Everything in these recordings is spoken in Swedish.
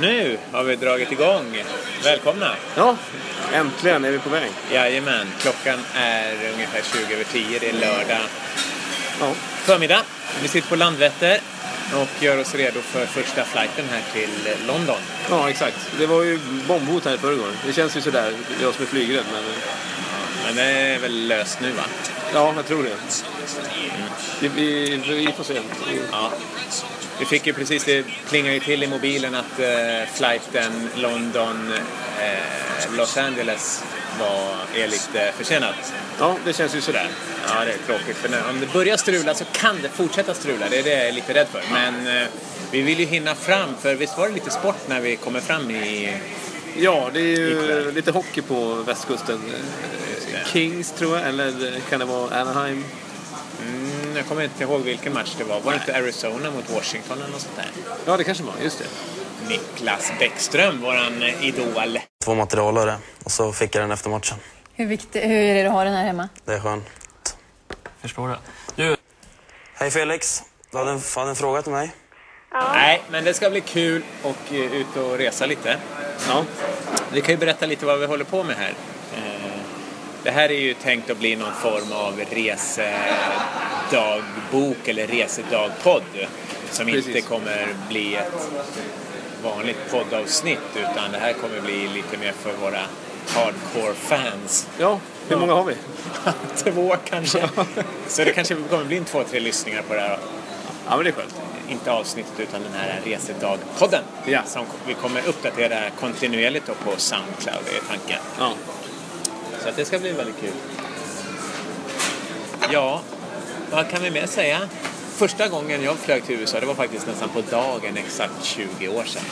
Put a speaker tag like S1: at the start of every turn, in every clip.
S1: Nu har vi dragit igång. Välkomna!
S2: Ja, äntligen är vi på väg.
S1: Jajamän, klockan är ungefär 20 över 10. Det är lördag
S2: Ja,
S1: förmiddag. Vi sitter på Landvetter och gör oss redo för första flighten här till London.
S2: ja exakt. Det var ju bombhot här i förrgår. Det känns ju sådär, jag som är flygrädd. Men eh,
S1: Men det är väl löst nu va?
S2: ja, jag tror det. Vi, vi, vi får se.
S1: Ja. Vi fick ju precis, det plingade ju till i mobilen att eh, flighten London-Los Angeles var, är lite försenad.
S2: Ja, det känns ju sådär.
S1: Ja, det är tråkigt. För när, om det börjar strula så kan det fortsätta strula. Det är det jag är lite rädd för. Men eh, vi vill ju hinna fram, för visst var det lite sport när vi kommer fram i...
S2: Ja, det är ju
S1: Ikväll.
S2: lite hockey på västkusten.
S1: det.
S2: Kings tror jag, eller kan det vara Anaheim?
S1: Mm, jag kommer inte ihåg vilken match det var. Var det inte Arizona mot Washington eller något sånt där?
S2: Ja, det kanske var. Just det.
S1: Niklas Bäckström, våran eh, idol.
S3: två materialare och så fick jag den efter matchen.
S4: Hur, viktig, hur är det att ha den här hemma?
S3: Det är skönt.
S5: Förstår det. Du,
S3: Hej Felix! Du hade en, hade en fråga till mig.
S1: Nej, men det ska bli kul och eh, ut och resa lite.
S2: Ja,
S1: Vi kan ju berätta lite vad vi håller på med här. Eh, Det här är ju tänkt att bli någon form av resedagbok eller resedagpodd som
S2: Precis.
S1: inte kommer bli ett vanligt poddavsnitt utan det här kommer bli lite mer för våra hardcore fans.
S2: ja hur många har vi?
S1: två kanske. Så det kanske kommer bli en två, tre lyssningar på det här.
S2: Ja, men det är skönt.
S1: Inte avsnittet utan den här resedagpodden
S2: Ja.
S1: som vi kommer uppdatera kontinuerligt då på Soundcloud är tanken.
S2: Ja.
S1: Så att det ska bli väldigt kul. Ja, vad kan vi mer säga? Första gången jag flög till USA, det var faktiskt nästan på dagen exakt 20 år sedan.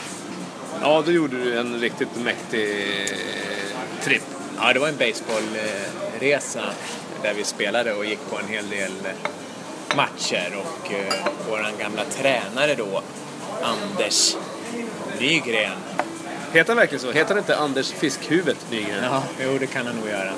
S2: ja, då gjorde du en riktigt mäktig tripp.
S1: Ja, det var en baseballresa där vi spelade och gick på en hel del matcher och eh, vår gamla tränare då, Anders Nygren,
S2: Heter han verkligen så? Heter han inte Anders Fiskhuvudet Nygren?
S1: Ja, jo, det kan han nog göra.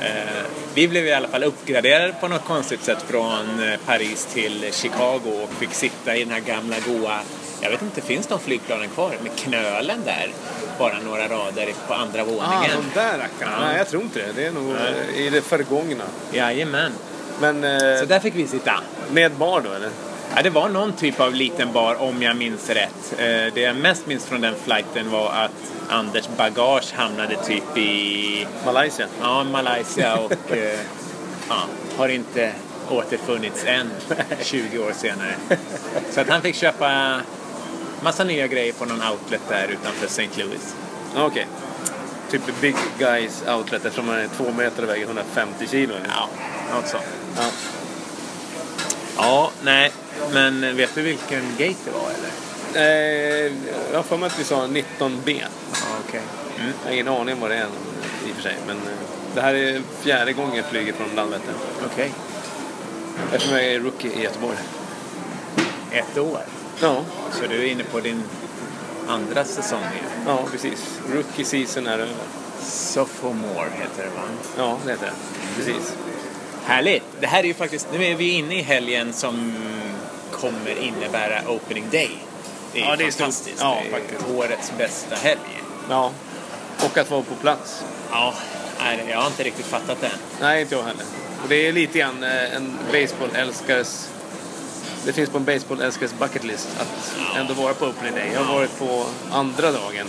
S1: Eh, vi blev i alla fall uppgraderade på något konstigt sätt från eh, Paris till Chicago och fick sitta i den här gamla goa, jag vet inte, finns de flygplanen kvar? Med knölen där, bara några rader på andra
S2: Ah,
S1: våningen.
S2: de där rackarna.
S1: Ja.
S2: Nej, jag tror inte det. Det är nog eh, i det förgångna.
S1: Jajamän.
S2: Men eh,
S1: Så där fick vi sitta.
S2: med bar då, eller?
S1: Ja, det var någon typ av liten bar om jag minns rätt. Eh, Det jag mest minns från den flighten var att Anders bagage hamnade typ i
S2: Malaysia.
S1: Ja, Malaysia och eh, ja, har inte återfunnits än 20 år senare. Så att han fick köpa massa nya grejer på någon outlet där utanför St. Louis.
S2: Ja, Okej. Typ Big Guys outlet eftersom man är två meter och väger 150 kilo. eller?
S1: Ja, något sånt.
S2: Ja.
S1: Ja, nej, men vet du vilken gate det var eller?
S2: Eh, jag har för mig att vi sa 19B.
S1: Ja, okej.
S2: Jag har ingen aning vad det är i och för sig. Men eh, det här är fjärde gången jag flyger från Landvetter.
S1: Okej.
S2: Eftersom jag är rookie i Göteborg.
S1: Ett år.
S2: Ja,
S1: Så du är inne på din andra säsong nu.
S2: ja precis. Rookie season är över.
S1: Sophomore heter det va?
S2: Ja, det heter det. Precis.
S1: Härligt! Det här är ju faktiskt, nu är vi inne i helgen som kommer innebära opening day. Det är
S2: Ja,
S1: ju
S2: det är stort.
S1: fantastiskt.
S2: Ja,
S1: det är
S2: faktiskt.
S1: årets bästa helg.
S2: Ja. Och att vara på plats.
S1: Ja, nej, jag har inte riktigt fattat det.
S2: Nej, inte jag heller. Och det är lite grann eh, en baseballälskares... Det finns på en baseballälskares bucket list att ändå vara på Opening Day. Jag har varit på andra dagen,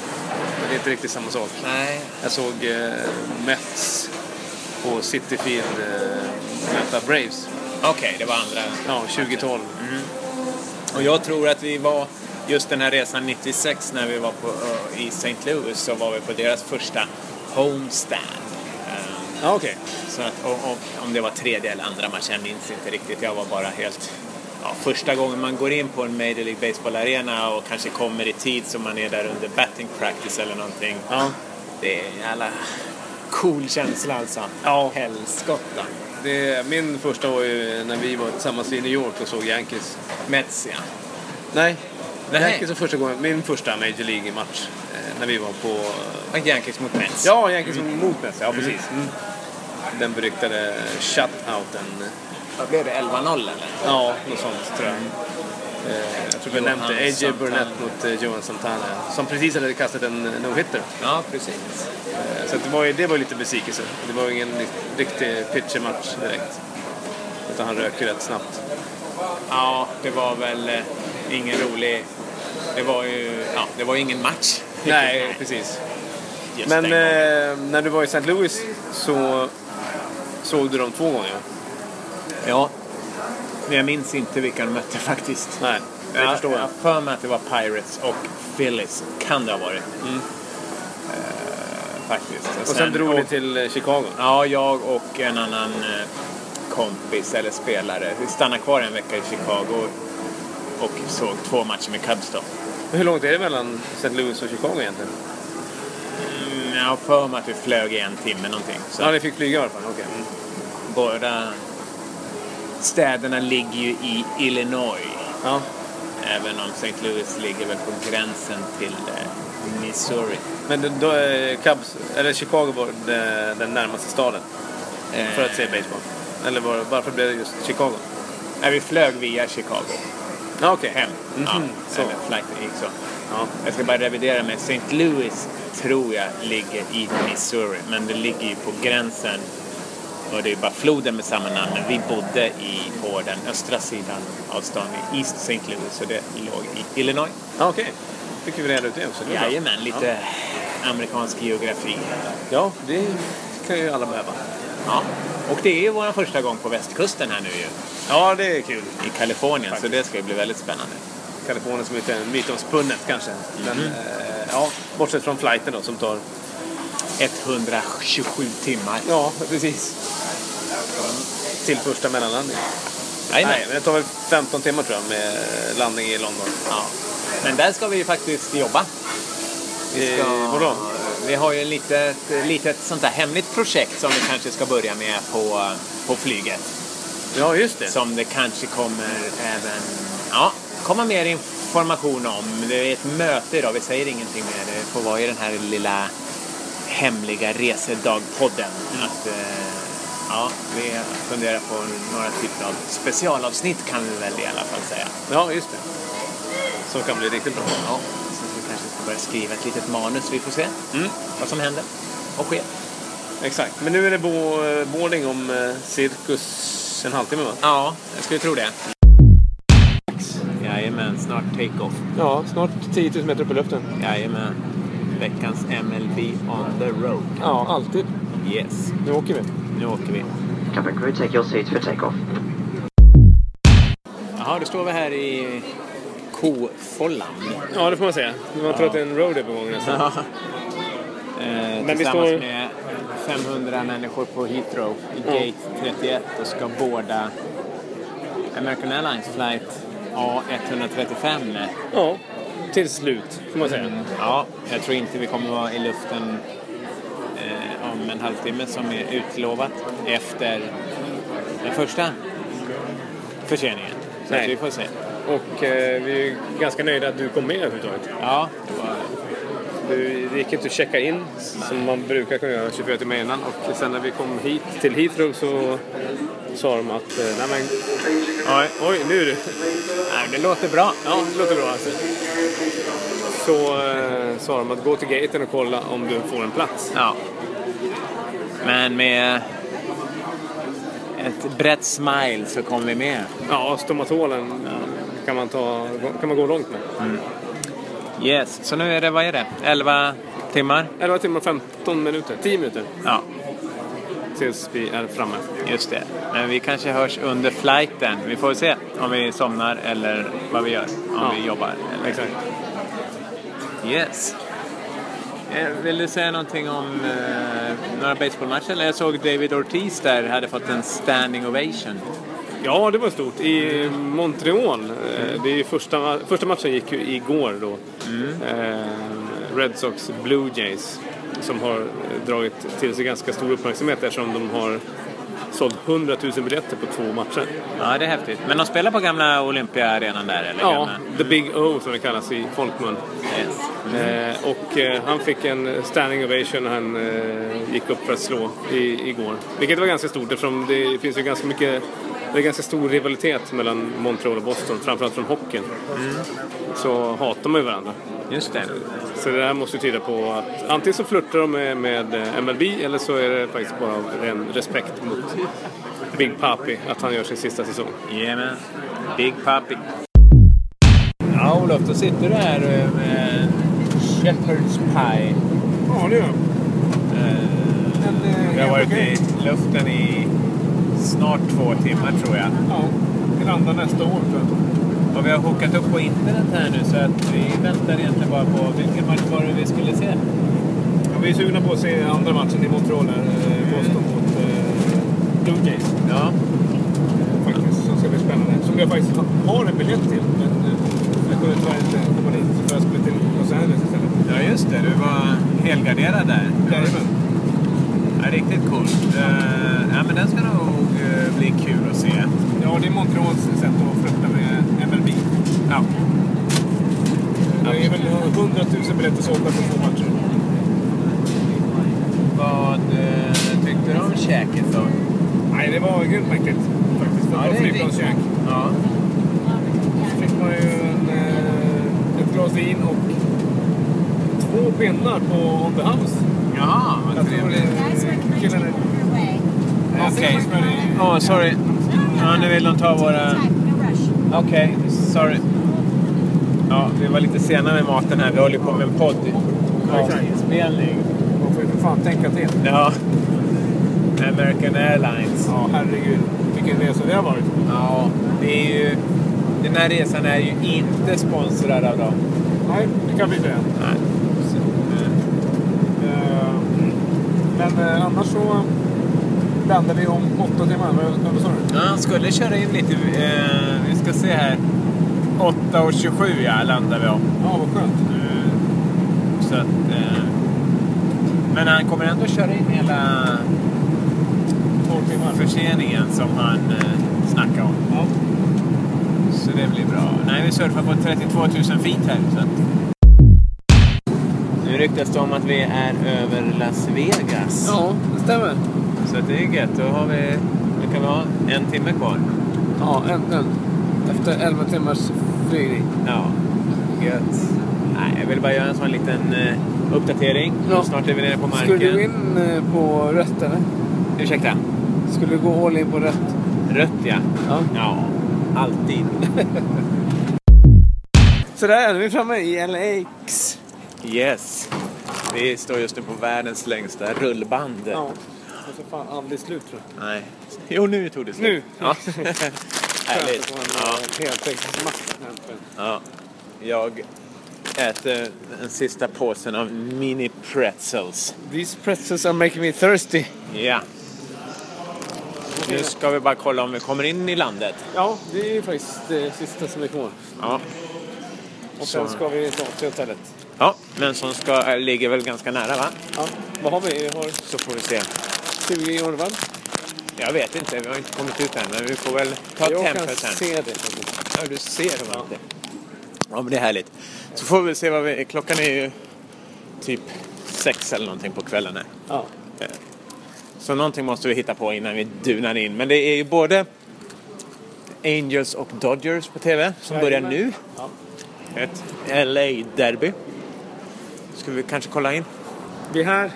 S2: men det är inte riktigt samma sak.
S1: Nej.
S2: Jag såg eh, Mets på City Field eh, möta Braves.
S1: Okej, det var andra.
S2: Ja, 2012.
S1: Och jag tror att vi var, just den här resan 96 när vi var på, ö, i St. Louis så var vi på deras första homestand. Eh,
S2: Ja, okej.
S1: Så att, och, och, om det var tredje eller andra matchen, jag minns inte riktigt. Jag var bara helt... Ja, första gången man går in på en Major League Baseball-arena och kanske kommer i tid så man är där under batting practice eller någonting.
S2: Ja,
S1: Det är en jävla cool känsla alltså.
S2: Ja.
S1: Helskotta.
S2: det, min första var ju när vi var tillsammans i New York och såg Yankees.
S1: Mets, ja.
S2: Nej,
S1: Nej.
S2: Yankees var första gången, min första Major League-match eh, när vi var på eh,
S1: Och Yankees mot Mets.
S2: Ja, Yankees mot Messi. Ja, precis. Mm. Den beryktade shutouten.
S1: Vad blev det? 11-0 eller? Mm.
S2: Ja, något sånt tror jag. Eh, jag tror vi
S1: Johan
S2: nämnde A.J.
S1: Santana.
S2: Burnett mot eh, Johan Santana. Som precis hade kastat en no-hitter.
S1: Ja, precis.
S2: Eh, så att det, var ju, det var ju lite besvikelse. Det var ju ingen ri- riktig pitchermatch direkt. Utan han rök ju rätt snabbt.
S1: Ja, det var väl eh, ingen rolig... Det var ju ja, det var ju ingen match.
S2: Nej, precis.
S1: Just
S2: Men
S1: den gången.
S2: eh, när du var i St. Louis så såg du dem två gånger.
S1: Ja. Men jag minns inte vilka de mötte faktiskt.
S2: Nej, det
S1: jag
S2: förstår
S1: jag. har
S2: jag.
S1: för mig att det var Pirates och Phillies. Kan det ha varit. Eh, faktiskt.
S2: Och sen drog ni till eh, Chicago.
S1: Ja, jag och en annan eh, kompis eller spelare. Vi stannade kvar en vecka i Chicago och såg två matcher med Cubs då.
S2: Hur långt är det mellan St. Louis och Chicago egentligen?
S1: Mm, jag har för mig att vi flög i en timme någonting. Så Mm.
S2: Ja, ni fick flyga i alla fall. Okej.
S1: båda städerna ligger ju i Illinois.
S2: Ja.
S1: Även om St. Louis ligger väl på gränsen till eh, Missouri.
S2: Men då- då är Cubs, eller Chicago var det- den närmaste staden
S1: Eh,
S2: Mm, för att se baseball. Eller var, varför blev det just Chicago?
S1: Nej, Eh, vi flög via Chicago
S2: Ja, Ah, okej.
S1: hem. Ja,
S2: Mhm, så.
S1: Eller flighten gick så.
S2: Ja.
S1: Jag ska bara revidera mig. St. Louis tror jag ligger i Missouri, men det ligger ju på gränsen. Och det är bara floden med samma namn. Men vi bodde i, på den östra sidan av stan, i East St. Louis, och det låg i Illinois.
S2: Ja, okej. Fick vi reda ut det också. Det var bra.
S1: Jajamän, lite amerikansk geografi.
S2: Ja, det kan ju alla behöva.
S1: Ja. Och det är ju vår första gång på västkusten här nu ju,
S2: Ja, det är kul.
S1: i Kalifornien, så det ska ju bli väldigt spännande.
S2: Kalifornien som inte är mytomspunnet kanske. Men,
S1: Mm.
S2: eh, ja, bortsett från flighten då som tar...
S1: 127 timmar.
S2: Ja, precis. Till första mellanlandning. Nej,
S1: Jajamän.
S2: men det tar väl 15 timmar tror jag med landning i London.
S1: Ja. Men där ska vi ju faktiskt jobba. Vi, ska,
S2: Eh, vadå?
S1: vi har ju ett litet, litet sånt där hemligt projekt som vi kanske ska börja med på, på flyget.
S2: Ja, just det.
S1: Som det kanske kommer även ja, komma mer information om. Det är ett möte idag, vi säger ingenting mer. Det får vara i den här lilla hemliga resedagpodden.
S2: Mm.
S1: Att, eh, ja, vi funderar på några typer av specialavsnitt kan vi väl i alla fall säga.
S2: Ja, just det. Som kan bli riktigt bra.
S1: Ja, så vi kanske ska börja skriva ett litet manus. Vi får se
S2: Mm.
S1: vad som händer och sker.
S2: Exakt. Men nu är det bo- boarding om eh, cirkus en halvtimme va?
S1: Ja, jag skulle tro det. Jajamän, snart take-off.
S2: Ja, snart 10 000 meter upp i luften.
S1: Jajamän. Veckans MLB on the road.
S2: Ja, alltid.
S1: Yes,
S2: Nu åker vi.
S1: nu åker vi.
S6: Cabin crew, take your seats for takeoff.
S1: Jaha, då står vi här i kofållan.
S2: Ja, det får man säga. Man tror att det är en roadie på gång nästan.
S1: eh, tillsammans
S2: står-
S1: med 500 människor på Heathrow i gate 31 och ska båda American Airlines flight A135
S2: Ja, till slut får man säga.
S1: Ja, jag tror inte vi kommer vara i luften eh, om en halvtimme som är utlovat efter den första förseningen. Så
S2: Nej.
S1: att vi får se.
S2: Och eh, vi är ganska nöjda att du kom med överhuvudtaget.
S1: Ja, det var,
S2: Du, det gick inte att checka in som man brukar kunna göra 24 timmar innan. Och sen när vi kom hit till Heathrow så sa de att... eh, Nej, men... Oj, oj, nu är det...
S1: nej, det låter bra.
S2: Ja, det låter bra. Alltså. Så eh, sa de att gå till gaten och kolla om du får en plats.
S1: Ja. Men med ett brett smile så kom vi med.
S2: Ja, stomatolen kan, man ta, kan man gå långt med.
S1: Yes, så nu är det, vad är det, 11 timmar?
S2: 11 timmar och 15 minuter, 10 minuter
S1: Ja,
S2: tills vi är framme.
S1: just det. Men vi kanske hörs under flighten. Vi får se om vi somnar eller vad vi gör. Om
S2: Ja.
S1: vi jobbar. Eller.
S2: Exakt.
S1: Yes. Eh, Vill du säga någonting om eh, några baseballmatcher? Eller Jag såg David Ortiz där hade fått en standing ovation.
S2: Ja, det var stort. I Montreal, eh, det är ju första, första matchen gick ju igår då. Eh, Red Sox Blue Jays som har eh, dragit till sig ganska stor uppmärksamhet eftersom de har sålt 100 000 biljetter på två matcher.
S1: Ja, det är häftigt. Men de spelar på gamla Olympia-arenan där, eller?
S2: Ja,
S1: Gamla?
S2: The Big O som det kallas i folkmun.
S1: Yes.
S2: Eh, och eh, han fick en standing ovation när han eh, gick upp för att slå i, igår. Vilket var ganska stort eftersom det finns ju ganska mycket
S7: det är ganska stor rivalitet mellan Montreal och Boston, framförallt från hockeyn. Så hatar man ju varandra.
S1: Just det.
S7: Så det här måste ju tyda på att antingen så flörtar de med, med eh, MLB eller så är det faktiskt bara av ren respekt mot Big Papi att han gör sin sista säsong.
S1: Jajamän. Big Papi. Ja, Olof, då sitter du här eh, med Shepherd's Pie. Eh,
S2: Ja, det gör jag. eh,
S1: Vi har varit i luften i snart två timmar, tror jag.
S2: Ja, vi landar nästa år tror jag.
S1: Och vi har hookat upp på internet här nu, så att vi väntar egentligen bara på vilken match var det vi skulle se.
S2: Ja, vi är sugna på att se andra matchen i Montreal här. eh, Boston mot eh, Blue Jays Eh,
S1: Ja.
S2: faktiskt. Som ska bli spännande. Som jag faktiskt har en biljett till. Men eh, jag kunde tyvärr inte komma dit. För jag skulle till Los Angeles istället.
S1: Ja, just det. Du var helgarderad där.
S2: Jajamän.
S1: Ja, riktigt coolt. Eh, ja, men den ska nog eh, bli kul att se.
S2: Ja, det är Montreals sätt att flirta med MLB.
S1: Ja.
S2: Det är väl 100 000 biljetter sålda på två matcher.
S1: Vad eh, tyckte du om käket då?
S2: Nej, det var grymt mäktigt faktiskt. Det var flygplanskäk.
S1: Ja.
S2: Så fick man ju en, eh, ett glas vin och två pinnar på On the House.
S1: Jaha, vad
S2: Jag tror det
S1: trevligt.
S2: är killen...
S1: Okej. Åh, sorry. Ja, nu vill de ta våra... Okej, sorry. Ja, vi var lite sena med maten här. Vi håller på med en podd. Avspelning.
S2: Man får ju för fan tänka till.
S1: Ja. American Airlines.
S2: Ja, herregud. Vilken resa det har varit.
S1: Ja, det är ju... Den här resan är ju inte sponsrad av dem.
S2: Nej, det kan vi inte än.
S1: Nej. Så, eh,
S2: Eh, Men eh, annars så landar vi om åtta timmar. Vad- Vad sa du?
S1: Ja, han skulle köra in lite. Eh, vi ska se här. 8.27 ja, landar vi om.
S2: Ja, vad skönt.
S1: Eh, Så att, eh, men han kommer ändå köra in hela
S2: 12 timmar.
S1: förseningen som han eh, snackade om.
S2: Ja.
S1: Så det blir bra. Nej, vi surfar på 32 000 feet här. Så att... Nu ryktas det om att vi är över Las Vegas.
S2: ja, det stämmer.
S1: Så att det är gött. Då har vi, då kan vi ha en timme kvar.
S2: Ja, äntligen. Efter 11 timmars flygning.
S1: Ja, gött. Nej, jag ville bara göra en sån liten eh, uppdatering.
S2: Ja.
S1: Snart är vi nere på marken.
S2: Skulle du gå in eh, på rött eller?
S1: Ursäkta?
S2: Skulle du gå all in på rött?
S1: Rött ja.
S2: Ja.
S1: Ja, alltid.
S2: Sådär, nu är vi framme i LAX.
S1: Yes. Vi står just nu på världens längsta rullband.
S2: Ja. Det ska fan aldrig slut tror jag.
S1: Nej. Jo, nu tog det slut.
S2: Nu.
S1: Ja.
S2: Det
S1: Härligt.
S2: var
S1: Ja.
S2: en eh, heltäckningsmask. äntligen.
S1: ja. Jag äter den sista påsen av mini pretzels.
S2: These pretzels are making me thirsty.
S1: Ja. Nu ska vi bara kolla om vi kommer in i landet.
S2: Ja, det är faktiskt det sista som är kvar.
S1: Ja.
S2: Och sen ska vi snart till hotellet.
S1: Ja, men som ska, eh, ligger väl ganska nära va?
S2: Ja. Vad har vi? Vi har
S1: Så får vi se.
S2: 20 i Orvar.
S1: Jag vet inte, vi har inte kommit ut än. Men vi får väl ta
S2: Jag kan
S1: tempet sen.
S2: se det. faktiskt.
S1: Ja, du ser dem alltid. Ja, men det är härligt. Så får vi se vad vi... Klockan är ju typ sex eller någonting på kvällen här.
S2: Ja.
S1: Så någonting måste vi hitta på innan vi dunar in. Men det är ju både Angels och Dodgers på TV som börjar nu.
S2: Ja.
S1: Ett LA-derby. Ska vi kanske kolla in?
S2: Vi är här.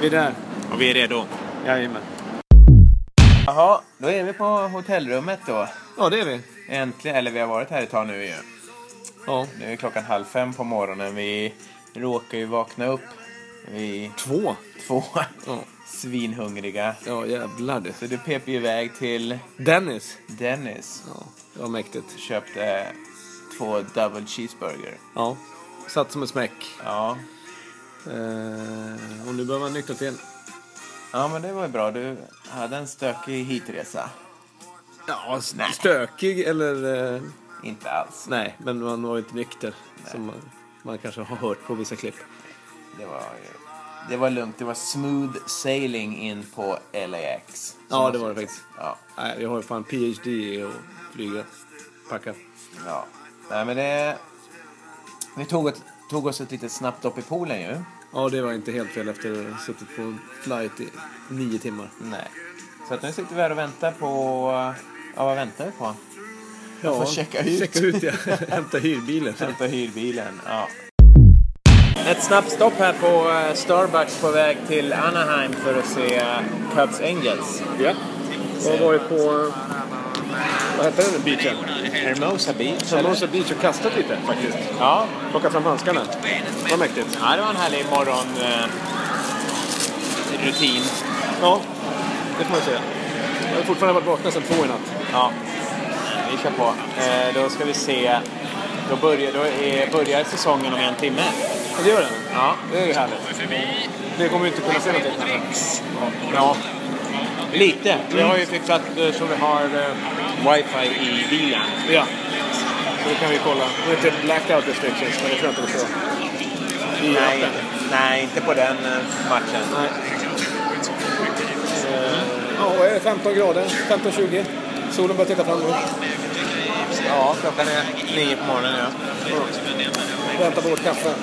S2: Vi är där.
S1: Och vi är redo.
S2: Jajamän.
S1: Jaha, då är vi på hotellrummet då.
S2: Ja, det är vi.
S1: Äntligen, eller vi har varit här ett tag nu ju.
S2: Ja.
S1: Nu är klockan halv fem på morgonen. Vi råkar ju vakna upp vid
S2: Två.
S1: två.
S2: Ja.
S1: Svinhungriga.
S2: Ja, jävlar du.
S1: Så du pep ju iväg till
S2: Dennis.
S1: Dennis.
S2: Ja, det var mäktigt. eh,
S1: Köpte två double cheeseburger.
S2: Ja. Satt som en smäck.
S1: Ja,
S2: Eh, och nu börjar man nyktra till.
S1: ja men det var ju bra. Du hade en stökig hitresa.
S2: Ja, s- stökig eller... Eh,
S1: Inte alls.
S2: nej, men man var ju inte nykter. Som man, man kanske har hört på vissa klipp.
S1: Det var, ju- det var lugnt. Det var smooth sailing in på LAX.
S2: Ja, det var det faktiskt.
S1: Ja.
S2: Nej, vi har ju fan PhD i att flyga. Packa.
S1: Ja. Nej, men det... Vi tog, ett, tog oss ett litet snabbt upp i poolen ju.
S2: Ja, det var inte helt fel efter att ha suttit på en flight i nio timmar.
S1: Nej. Så att nu sitter vi här och väntar på
S8: Ja, vad väntar vi på?
S9: Ja,
S8: får checka ut.
S9: Checka ut, ja. Hämta hyrbilen.
S8: Vänta hyrbilen. Ja.
S1: Ett snabbt stopp här på eh, Starbucks på väg till Anaheim för att se eh, Cubs Angels.
S2: Ja. Och har varit på... eh, Vad heter den beachen?
S1: Hermosa Beach.
S2: Hermosa Beach och kastat lite faktiskt.
S1: Ja,
S2: Plockat fram handskarna. Vad mäktigt.
S1: ja det var en härlig eh, morgonrutin.
S2: Ja, det får man säga. Jag har fortfarande varit vakna sedan två i natt.
S1: Ja, vi kör på. Eh, Då ska vi se. Då börjar, då är, börjar säsongen om en timme.
S2: Men det gör den.
S1: Ja,
S2: Det är ju härligt. Det kommer vi inte kunna se någonting.
S1: ja. lite. Vi har ju fixat eh, så vi har eh, wifi i bilen.
S2: Ja. Så det kan vi kolla. Det är inte blackout restrictions, men det tror jag inte det står. I
S1: Nej,
S2: appen.
S1: nej, inte på den eh, matchen.
S2: Ja, vad är det? 15 grader? 15-20? Solen börjar titta fram nu.
S1: Ja, klockan är nio på morgonen ja.
S2: Vänta på vårt kaffe.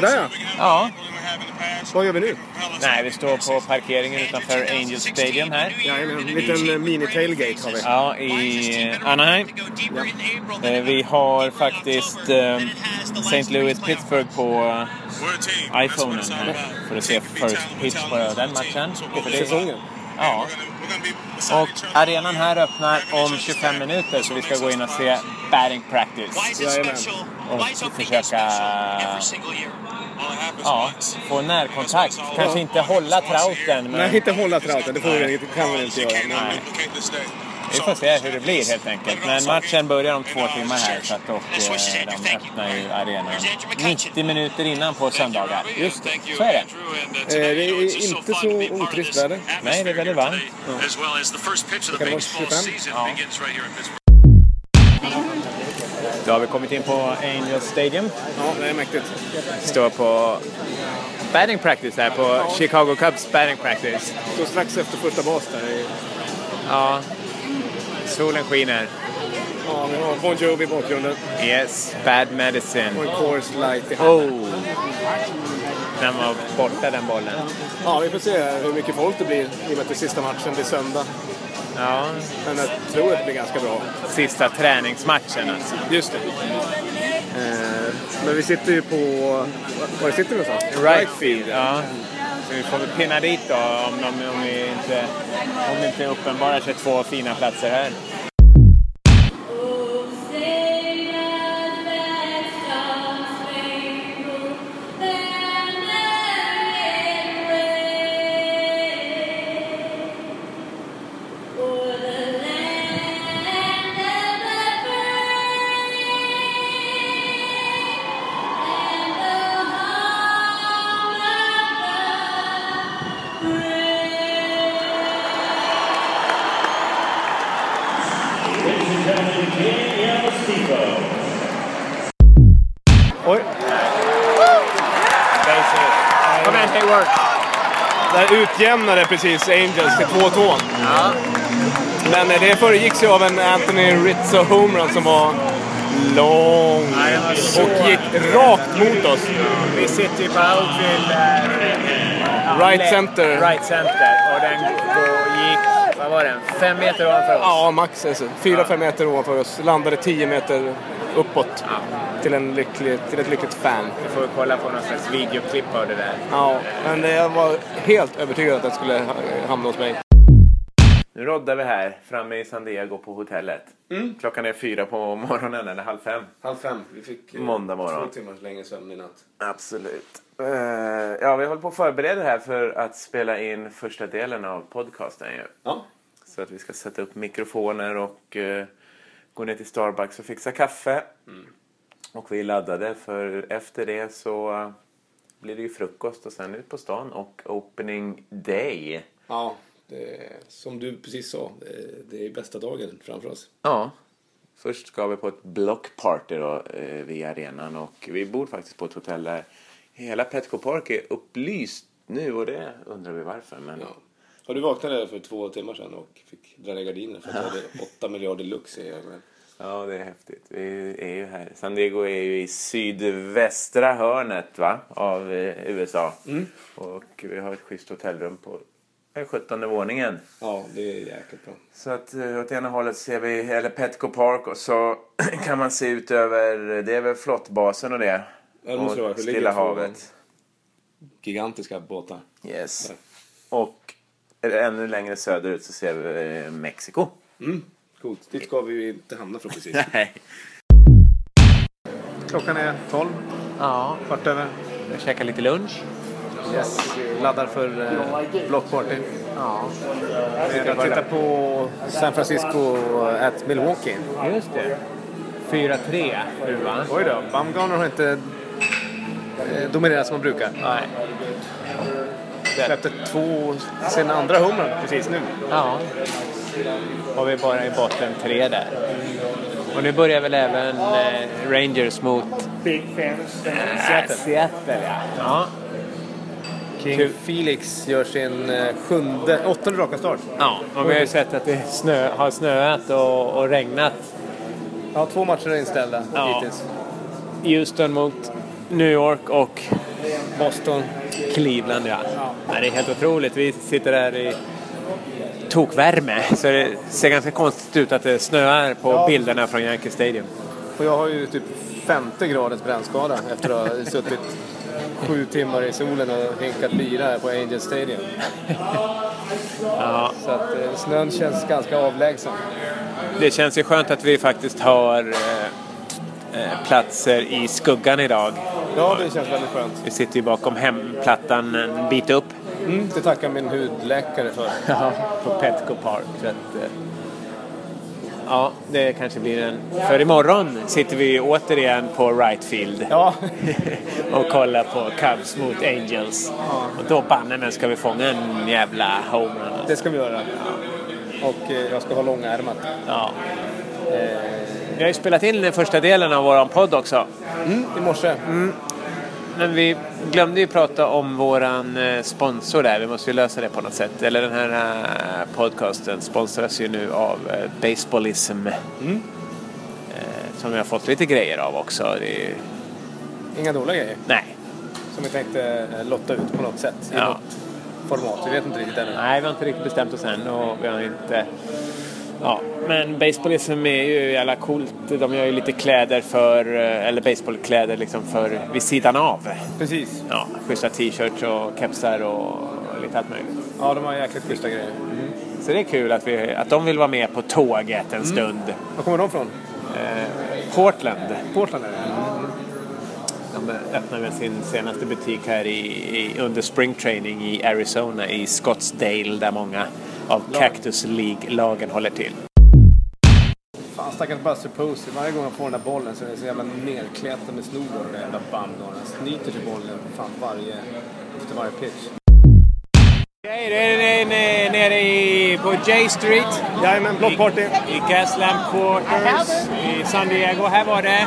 S2: Där ja.
S1: Ja.
S2: Vad gör vi nu?
S1: Nej, vi står på parkeringen utanför Angel Stadium här.
S2: Ja, en liten eh, mini-tailgate har vi.
S1: Ja, i eh, Anaheim. Eh, Vi har faktiskt eh, St. Louis Pittsburgh på eh, iPhonen här för att se first pitch på den matchen. För det-
S2: Säsongen.
S1: Ja. Och arenan här öppnar om 25 minuter så vi ska gå in och se batting practice.
S2: Jajamän.
S1: Och försöka ja, få närkontakt. Kanske inte hålla trouten men
S2: Nej, inte hålla trauten. Det får vi, det kan vi inte göra. Men...
S1: Nej. Vi får se hur det blir helt enkelt. Men matchen börjar om två timmar här så att, och eh, de öppnar ju arenan 90 minuter innan på söndagar. Just det. Så är det.
S10: uh,
S2: Eh, det är inte så otrist väder.
S1: Nej, det är väldigt varmt.
S2: Det kan vara 25.
S1: Då har vi kommit in på Angel Stadium.
S2: Ja, det är mäktigt.
S1: Vi står på batting practice här, på Chicago Cubs batting practice.
S2: Så strax efter första bas där. i-
S1: Ja, solen skiner.
S2: Ja, vi har Bon Jovi i bakgrunden
S1: Yes, bad medicine.
S2: och en Coors Light i hand.
S1: Oh! Den var borta den bollen.
S2: Ja, vi får se hur mycket folk det blir i och med att det är sista matchen. Det är söndag.
S1: Ja,
S2: Men jag tror att det blir ganska bra.
S1: sista träningsmatchen alltså.
S2: Just det. Eh, men vi sitter ju på... Var sitter vi någonstans?
S1: Right field, ja. Så vi får väl pinna dit då om, de, om, vi inte, om det inte uppenbarar sig två fina platser här.
S11: Oh,
S1: Kom igen Hayward!
S2: Där utjämnade precis Angels till 2-2. Men eh, det föregicks ju av en Anthony Rizzo homerun som var lång och gick rakt mot oss.
S1: Vi sitter ju på outfield... eh,
S2: Right
S1: lä-
S2: center.
S1: Right center. Och den går- gick, vad var den, fem meter ovanför oss?
S2: Ja, max alltså. 4-5 meter ovanför oss. Landade 10 meter uppåt till, en lycklig, till ett lyckligt fan.
S1: Vi får kolla på någon slags videoklipp av det där.
S2: Ja, men jag var helt övertygad att den skulle hamna hos mig.
S1: Nu roddar vi här framme i San Diego på hotellet. Klockan är fyra på morgonen, eller halv fem.
S2: Halv fem. Vi fick eh,
S1: Måndag morgon.
S2: två timmars längre sömn i natt.
S1: Absolut. Eh, ja, vi håller på att förbereda det här för att spela in första delen av podcasten ju.
S2: Ja.
S1: Så att vi ska sätta upp mikrofoner och eh, gå ner till Starbucks och fixa kaffe. Och vi är laddade för efter det så eh, blir det ju frukost och sen ut på stan och opening day.
S2: Ja, det, som du precis sa, eh, det är bästa dagen framför oss.
S1: Ja. Först ska vi på ett block party då, eh, vid arenan och vi bor faktiskt på ett hotell där hela Petco Park är upplyst nu och det undrar vi varför. Men...
S2: Ja. Och du vaknade för två timmar sedan och fick dra ner gardinerna för att du hade 8 miljarder lux i ögonen.
S1: Ja, det är häftigt. Vi är ju här. San Diego är ju i sydvästra hörnet va? av eh, USA.
S12: Mm.
S1: Och vi har ett schysst hotellrum på den 17 våningen.
S12: Ja, det är jäkligt bra.
S1: Så att eh, åt ena hållet ser vi eller Petco Park och så kan man se ut över, eh, det är väl flottbasen och det.
S12: Ja, det måste det vara.
S1: och
S12: Det ligger
S1: Stilla
S12: två-
S1: havet.
S12: Gigantiska båtar.
S1: Yes. Och ännu längre söderut så ser vi eh, Mexiko.
S12: Coolt. Dit ska vi ju inte hamna förhoppningsvis.
S1: Nej.
S2: Klockan är 12,
S13: Ja,
S2: kvart över.
S13: jag käkar lite lunch.
S2: Yes. Vi laddar för eh, blockparty. Ja. Vi ska titta på San Francisco at Milwaukee.
S13: Just det. 4-3 nu va?
S2: Oj då, Bumgarner har inte eh, dominerat som man brukar.
S13: Nej.
S2: Släppte två, sin andra hummer precis nu.
S13: Ja. Har vi bara i botten tre där. Och nu börjar väl även eh, Rangers mot... Big Seattle. Seattle ja. ja.
S2: Ah, King
S13: Kul.
S2: Felix gör sin eh, sjunde, åttonde raka start.
S13: Ja, och vi har ju sett att det snö, har snöat och, och regnat.
S2: Ja, två matcher är inställda
S13: Ja.
S2: hittills.
S13: Houston mot New York och
S2: Boston.
S13: Cleveland ja. Nej, det är helt otroligt. Vi sitter här i tokvärme. Så det ser ganska konstigt ut att det snöar på
S2: Ja.
S13: bilderna från Yankee Stadium.
S2: Och jag har ju typ 50 graders brännskada efter att ha suttit sju timmar i solen och hinkat lyra här på Angel Stadium.
S13: Ja.
S2: Så att eh, snön känns ganska avlägsen.
S13: Det känns ju skönt att vi faktiskt har eh, eh, platser i skuggan idag.
S2: Ja, det känns väldigt skönt.
S13: Vi sitter ju bakom hemplattan en bit upp
S2: Mm, det tackar min hudläkare för.
S13: på Petco Park. Så att, eh, ja, det kanske blir en... För imorgon sitter vi återigen på right field
S2: Ja,
S13: och kollar på Cubs mot Angels. Och då banne mig ska vi fånga en jävla homerun.
S2: det ska vi göra. Och eh, jag ska ha långärmat.
S13: Ja. Vi har ju spelat in den första delen av våran podd också.
S2: Mm, I morse.
S13: Men vi glömde ju prata om våran eh, sponsor där. Vi måste ju lösa det på något sätt. Eller den här eh, podcasten sponsras ju nu av eh, Baseballism. Eh, Som vi har fått lite grejer av också. Det är ju...
S2: Inga dåliga grejer
S13: Nej.
S2: som vi tänkte eh, lotta ut på något sätt. I
S13: Ja.
S2: något format. Vi vet inte riktigt ännu.
S13: Nej, vi har inte riktigt bestämt oss än och vi har inte... Ja, men Baseballism är ju jävla coolt. De gör ju lite kläder för, eh, eller baseballkläder liksom för vid sidan av.
S2: Precis.
S13: Ja, schyssta t-shirts och kepsar och lite allt möjligt.
S2: Ja, de har jäkligt schyssta grejer.
S13: Så det är kul att, vi, att de vill vara med på tåget en stund.
S2: Var kommer de från?
S13: Portland.
S2: Portland är det.
S13: De öppnade väl sin senaste butik här i, i, under spring training i Arizona i Scottsdale där många av Cactus League-lagen håller till.
S2: Fan, stackars Buster Posey. Varje gång han får den där bollen så är det så jävla nerkletad med snor och den jävla bandgarnen. Han snyter till bollen fan varje, efter varje pitch.
S13: Hej, det är nere- nere i, på J Street.
S2: Jajamän, blockparty.
S13: I Gaslamp Quarters i San Diego. Här var det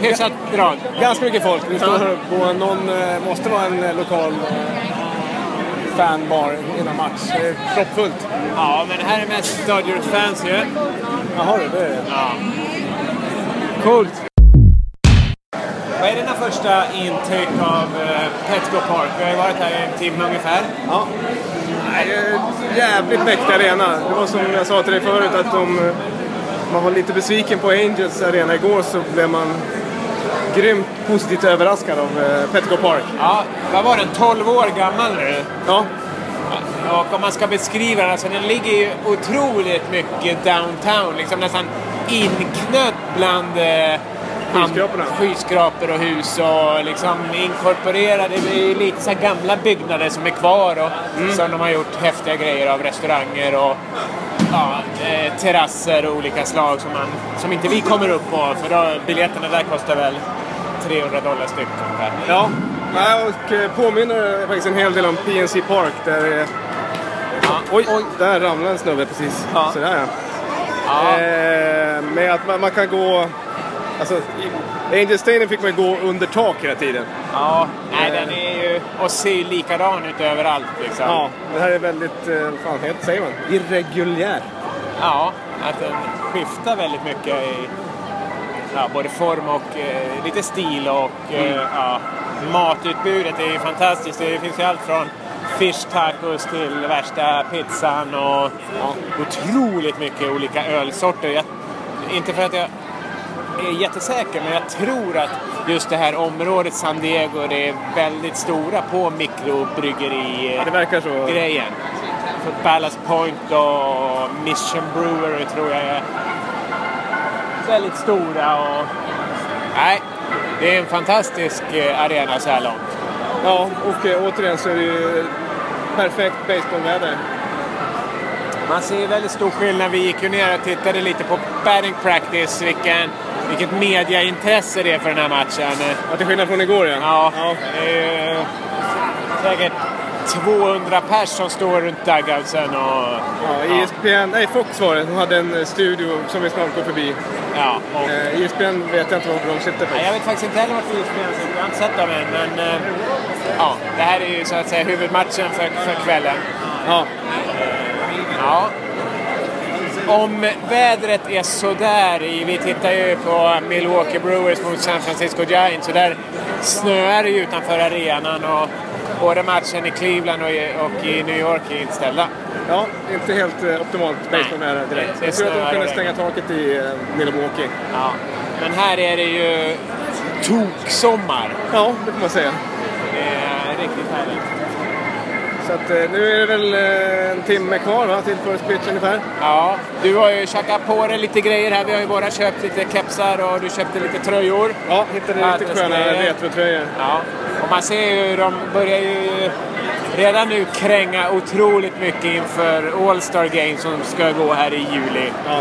S13: hyfsat drag.
S2: Ganska mycket folk. Vi står på någon, eh, måste vara en eh, lokal eh, fanbar innan match. Det är proppfullt.
S13: Ja, men här är mest Dodgers-fans ju.
S2: Jaha du, det är det.
S13: Coolt! Vad är dina första intryck av eh, Petco Park? Vi har ju varit här i en timme ungefär.
S2: Ja. Nej, det är en jävligt mäktig arena. Det var som jag sa till dig förut att de, eh, man var lite besviken på Angels arena igår så blev man grymt positivt överraskad av eh, Petco Park.
S13: Ja, vad var den? 12 år gammal nu.
S2: Ja,
S13: Och om man ska beskriva den, alltså den ligger ju otroligt mycket downtown. Liksom nästan inknödd bland eh, an-
S2: Skyskraporna.
S13: skyskrapor och hus och liksom inkorporerad. Det är ju lite så här gamla byggnader som är kvar och
S2: Mm.
S13: som de har gjort häftiga grejer av restauranger och ja, eh, terrasser och olika slag som, man, som inte vi kommer upp på för då, biljetterna där kostar väl 300 dollar styck ungefär.
S2: Ja, Nej, och eh, påminner faktiskt en hel del om PNC Park där det är... Oj, där ramlade en snubbe precis.
S13: Ja.
S2: Sådär ja. Eh, med att man, man kan gå... Alltså, i- Angel Stadium fick man ju gå under tak hela tiden.
S13: Ja, nej den är ju... Och ser ju likadan ut överallt liksom.
S2: Det här är väldigt, eh, vad fan heter, säger man? Irreguljär.
S13: Ja, Att den skiftar väldigt mycket i ja, både form och eh, lite stil och eh,
S2: Mm.
S13: ja, matutbudet är ju fantastiskt. Det finns ju allt från fish tacos till värsta pizzan och ja, otroligt mycket olika ölsorter. Jag, inte för att jag är jättesäker men jag tror att just det här området San Diego det är väldigt stora på mikrobryggeri eh,
S2: Det verkar så.
S13: grejen. För Ballast Point och Mission Brewery tror jag är väldigt stora. Och... Nej, det är en fantastisk eh, arena så här långt.
S2: Ja, och eh, återigen så är det ju perfekt baseballväder.
S13: Man ser väldigt stor skillnad. Vi gick ju ner och tittade lite på batting practice, vilken, vilket mediaintresse det är för den här matchen.
S2: Ja, till skillnad från igår ja.
S13: Ja, det är ju eh, säkert 200 pers som står runt dugoutsen och,
S2: ja E ESPN, nej Fox var det, de hade en eh, studio som vi snart går förbi.
S13: ja, och
S2: Eh, ESPN vet jag inte var de sitter på.
S13: Nej, Jag vet faktiskt inte heller vart vi spelar, så jag har inte sett dem än. Men eh, ja, det här är ju så att säga huvudmatchen för, för kvällen.
S2: Ja.
S13: Ja. Om vädret är sådär, i- vi tittar ju på Milwaukee Brewers mot San Francisco Giants, så där snöar det ju utanför arenan och både matchen i Cleveland och i, och i New York är inställda.
S2: ja, inte helt eh, optimalt baseballväder direkt.
S13: det
S2: Jag tror att
S13: snöar
S2: de kunde
S13: och
S2: stänga taket i eh, Milwaukee.
S13: Ja. Men här är det ju toksommar.
S2: Ja, det får man säga.
S13: Det är riktigt härligt.
S2: Så att, eh, nu är det väl eh, en timme kvar va, till first pitch ungefär.
S13: Ja, du har ju tjackat på dig lite grejer här. Vi har ju bara köpt lite kepsar och du köpte lite tröjor.
S2: Ja, hittade lite sköna
S13: Atlasgrejer.
S2: retrotröjor.
S13: Ja, och man ser ju de börjar ju redan nu kränga otroligt mycket inför All Star Game som ska gå här i juli.
S2: Ja.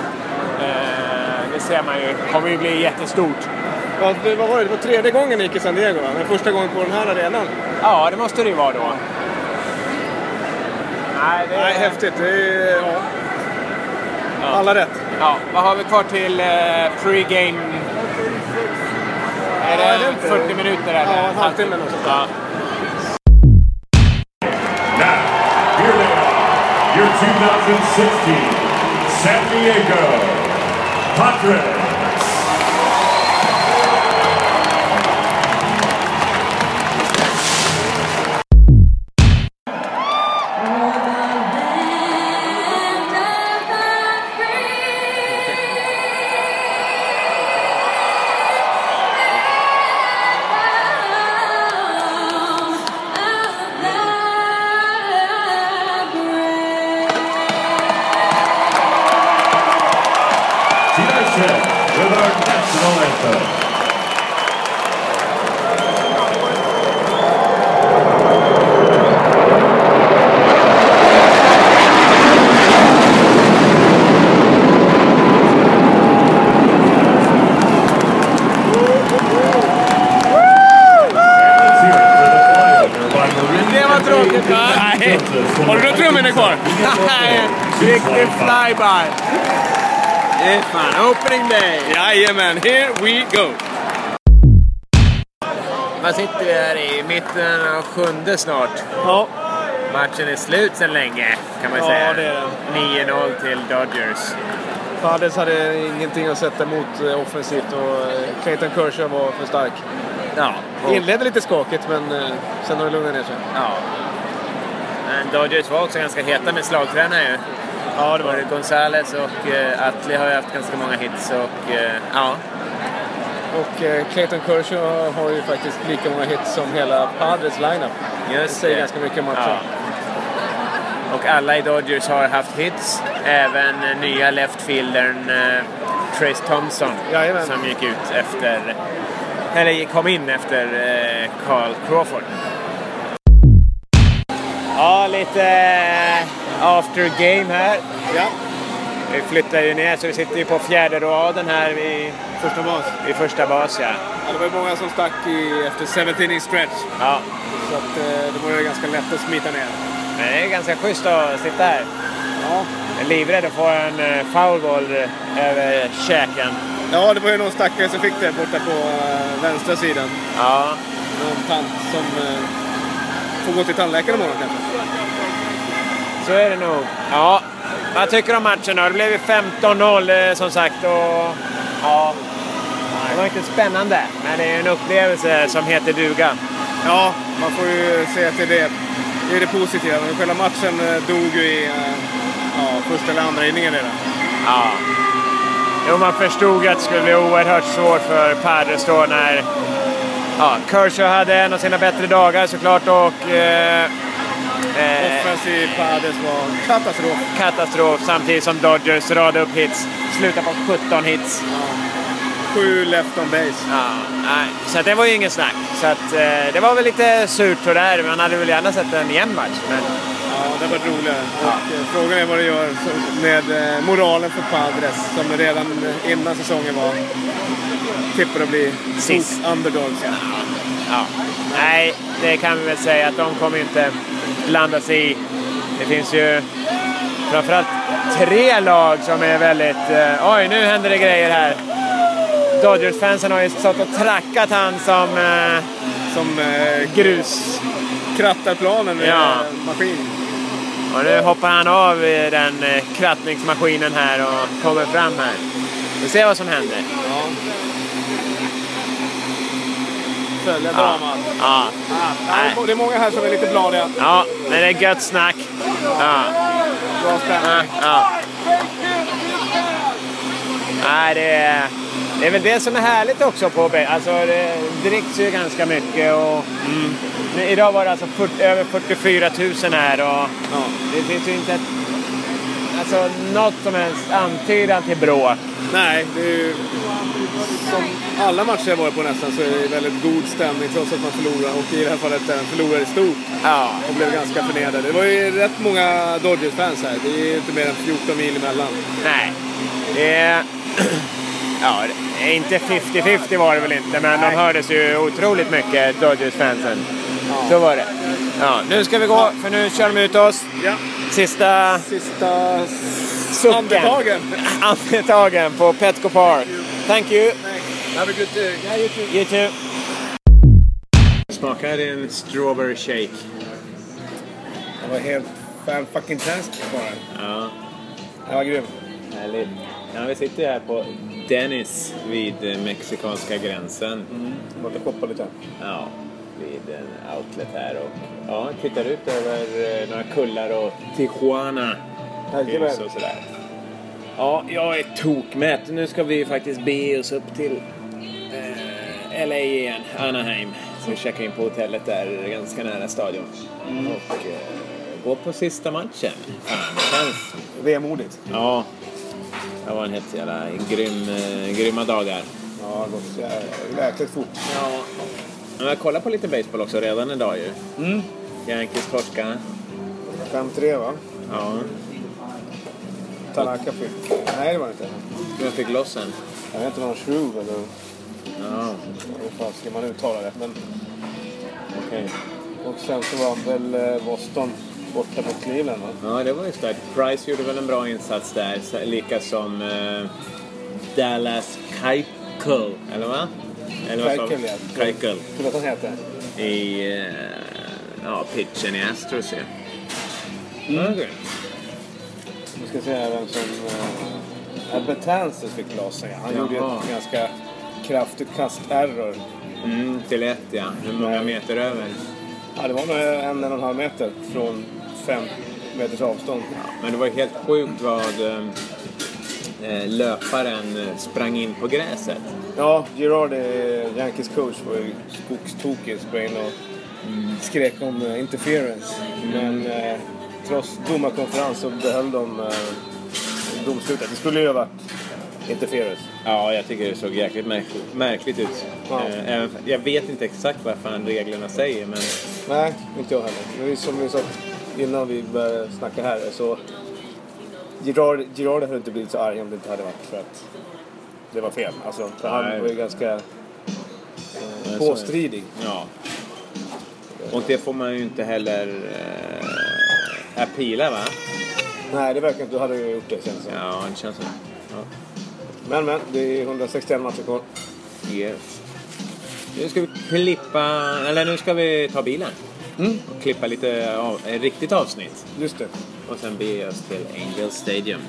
S13: Eh, Det ser man ju. kommer ju bli jättestort.
S2: Ja, det, vad var det? Det var tredje gången ni gick i San Diego va? Men första gången på den här arenan.
S13: Ja, det måste det ju vara då. Nej, det
S2: Nej,
S13: är...
S2: häftigt. Det är, ja. Alla rätt.
S13: Ja, vad har vi kvar till eh, pre-game? Är
S2: jag vet
S13: det
S2: inte.
S13: 40 minuter eller?
S2: Ja, en halvtimme eller något sånt.
S13: Ja.
S10: Now, here they are, your 2016 San Diego Padres. Tina Shen with our national anthem. Let's hear it for the Flyers by Marin
S13: Det var tråkigt va? Nej.
S10: Johnson from
S2: Håller du
S10: the
S2: trummorna kvar?
S13: Riktig flyby. Det är fan opening day.
S2: Jajamän, here we go!
S13: Man sitter vi här i mitten av sjunde snart.
S2: Ja,
S13: Matchen är slut sedan länge kan man
S2: Ja,
S13: säga.
S2: det är den.
S13: 9-0 till Dodgers.
S2: Padres hade ingenting att sätta emot eh, offensivt och eh, Clayton Kershaw var för stark.
S13: Ja.
S2: Det inledde lite skakigt men eh, sen har det lugnat ner sig.
S13: ja. Men Dodgers var också ganska heta med slagtränare ju.
S2: Ja, det
S13: Både Gonzales och eh, Atli har ju haft ganska många hits och eh, ja.
S2: Och eh, Clayton Kershaw har ju faktiskt lika många hits som hela Padres lineup. Det
S13: Just
S2: säger ganska mycket om matchen.
S13: Och alla i Dodgers har haft hits. Även eh, nya leftfieldern eh, Trace Thompson
S2: Jajamän.
S13: som gick ut efter, eller kom in efter eh, Carl Crawford. Ja, lite eh, after game här.
S2: Ja.
S13: Vi flyttar ju ner så vi sitter ju på fjärde raden här vid,
S2: Första bas.
S13: vid första bas. Ja.
S2: Ja, det var ju många som stack i, efter 17 inning stretch.
S13: Ja.
S2: Så att, eh, det var ju ganska lätt att smita ner.
S13: Men det är ganska schysst att sitta här.
S2: Ja.
S13: Jag är livrädd att få en eh, foul ball eh, över käken.
S2: ja, det var ju någon stackare som fick det borta på eh, vänstra sidan.
S13: Ja,
S2: Någon tant som eh, får gå till tandläkaren imorgon kanske.
S13: så är det nog. Ja, Vad tycker du om matchen då? Det blev ju 15-0 eh, som sagt. Och, ja, det var inte spännande, men det är en upplevelse som heter duga.
S2: Ja, man får ju se till det. Det är det positiva. Men själva matchen eh, dog ju i eh, ja, första eller andra inningen redan.
S13: Ja. Jo, man förstod att det skulle bli oerhört svårt för Pares då när ja, Kershaw hade en av sina bättre dagar såklart och... Eh, eh,
S2: Offensiv Pades var katastrof.
S13: Katastrof samtidigt som Dodgers radade upp hits. Slutar på 17 hits.
S2: Sju left on base.
S13: Ja, nej. Så att det var ju ingen snack. Så att, eh, det var väl lite surt sådär. Man hade väl gärna sett en jämn match. Men...
S2: Ja, det var roligare. Och, eh, Frågan är vad det gör så- med eh, moralen för Padres som redan eh, innan säsongen var tippade att bli
S13: Sist.
S2: tok underdogs. Ja.
S13: Ja. Nej, det kan vi väl säga att de kommer inte blanda sig i. Det finns ju framförallt tre lag som är väldigt... Eh, oj, nu händer det grejer här. Dodgers-fansen har ju stått och trackat han som... Eh,
S2: som eh,
S13: grus.
S2: Krattar planen med
S13: Ja.
S2: eh, maskin.
S13: Och nu hoppar han av i den eh, krattningsmaskinen här och kommer fram här. Vi ser vad som händer.
S2: Ja. Följa
S13: Ja.
S2: dramat.
S13: Ja.
S2: Ja, Det är många här som är lite bladiga.
S13: Ja, men det är gött snack. Ja.
S2: Bra spänning.
S13: Ja. Nej, det är, det är väl det som är härligt också på Bay. Alltså, det dricks ju ganska mycket och mm. men idag var det alltså 40, över 44 000 här och det finns ju inte ett, alltså, något som helst antydan till bråk.
S2: Nej, det är ju, som alla matcher jag varit på nästan så är det väldigt god stämning trots att man förlorar. Och i det här fallet även förlorade stort.
S13: Ja.
S2: Och blev ganska förnedrade. Det var ju rätt många Dodgers-fans här. Det är ju inte mer än 14 mil emellan.
S13: Nej. Det är, ja, det är inte 50-50 var det väl inte, men de hördes ju otroligt mycket, Dodgers-fansen. Så var det. Ja, nu ska vi gå, för nu kör de ut oss.
S2: Ja.
S13: Sista
S2: Sista
S13: sucken.
S2: andetagen.
S13: Andetagen på Petco Park. Thank you.
S2: Have a good day. Yeah, you too.
S13: You too.
S1: Smakar en strawberry shake.
S2: Det var helt fan fucking fantastisk bara.
S1: Ja,
S2: Det var grym.
S1: härligt. Ja, vi sitter här på Dennis vid eh, mexikanska gränsen.
S2: Borta och shoppa lite.
S1: Ja, vid en outlet här. Och, ja, tittar ut över eh, några kullar och Tijuana.
S2: Jajamän.
S1: Hus och sådär. Ja, jag är tokmätt. Nu ska vi faktiskt be oss upp till eh, LA igen, Anaheim. Så vi checkar in på hotellet där, ganska nära stadion.
S2: Mm.
S1: Och eh, gå på sista matchen. Fan, det känns
S2: Vemodigt.
S1: Ja. Det var en helt jävla grym, eh, grymma dagar.
S2: Ja, det har gått så jävla- jäkligt fort.
S1: Ja. Men jag kollar på lite baseball också redan idag ju. Mm. Yankees torska.
S2: 5-3 va?
S1: Ja.
S2: Tanaka fick... Nej, det var det inte.
S1: Vem fick loss den?
S2: Jag vet inte om det var Shrew eller
S1: Ja,
S2: hur fan ska man uttala det. Men,
S1: okej.
S2: och sen så var väl eh, Boston borta mot Cleveland va?
S1: Ja, det var ju starkt. Price gjorde väl en bra insats där. så- Lika som eh, Dallas Keuchel, eller va? Eller vad sa vi?
S2: Keuchel, ja.
S1: Keuchel.
S2: Tror du att han heter?
S1: I eh, ja, pitchen i Astros ju. Mm. Okay.
S2: Nu ska se här vem som... Eh, äh, Betances fick loss Han gjorde ju
S1: Jaha.
S2: ett ganska kraftigt kasterror.
S1: Mm, till ett ja. Hur många meter över?
S2: Ja, det var nog en, en och en halv meter från fem meters avstånd.
S1: Men det var ju helt sjukt vad eh, löparen eh, sprang in på gräset.
S2: Ja, Gerard, eh, Yankees coach, var ju skogstokig. Sprang in och skrek om eh, interference. Men eh, trots domarkonferens så behöll de eh, domslutet. Det skulle ju ha varit interference.
S1: Ja, jag tycker det såg jäkligt märkligt, märkligt ut.
S2: Ja.
S1: Eh, även f- jag vet inte exakt vad fan reglerna säger, men
S2: Nej, inte jag heller. Men vi- som vi sa innan vi började snacka här så... Gerard, Gerard hade inte blivit så arg om det inte hade varit för att det var fel. Alltså, för han
S1: Nej.
S2: var ju ganska
S1: så är det.
S2: eh, påstridig.
S1: ja. Och det får man ju inte heller eh, appila, va?
S2: Nej, det verkar inte. Då hade jag gjort det sen. Så.
S1: Ja, det känns så. Ja.
S2: Men, men. Det är 161 matcher kvar.
S1: Yes. Nu ska vi klippa... Eller nu ska vi ta bilen.
S13: Och klippa lite av, eh, riktigt avsnitt.
S14: Just det.
S13: Och sen bege oss till Angel Stadium.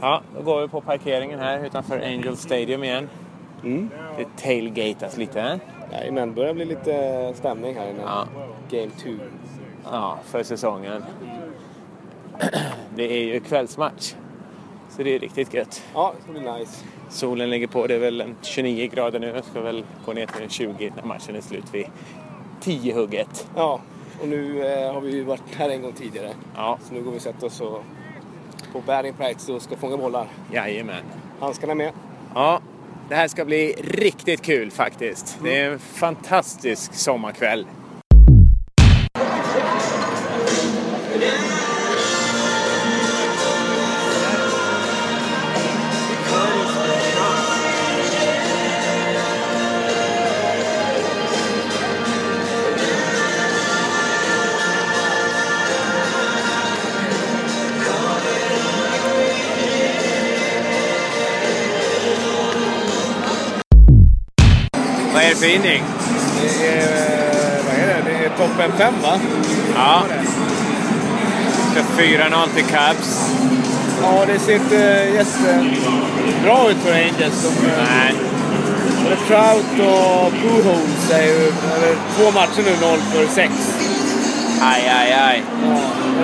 S13: Ja, då går vi på parkeringen här utanför Angel Stadium igen. Det tailgatas lite. eh?
S2: Jajamän, det börjar bli lite stämning här inne.
S13: Ja.
S2: Game 2.
S13: Ja, för säsongen. Det är ju kvällsmatch. Så det är riktigt gött.
S2: Ja, det ska bli nice.
S13: Solen ligger på. Det är väl en 29 grader nu. Jag ska väl gå ner till en 20 när matchen är slut vid 10-hugget.
S2: Ja, och nu eh, har vi ju varit här en gång tidigare.
S13: Ja.
S2: Så nu går vi och sätter oss och på batting practice och ska fånga bollar.
S13: Jajamän.
S2: Handskarna med.
S13: Ja, det här ska bli riktigt kul faktiskt. Det är en fantastisk sommarkväll. Vad är det för inning?
S2: Det är, eh, vad är det? Det är toppen 5 va?
S13: Ja. Så 4-0 till Cubs.
S2: Ja, det ser inte jättebra ut för Angels. De, eh,
S13: Nej.
S2: Både Trout och Pujols är ju eller, två matcher nu 0 för 6.
S13: Aj, aj, aj.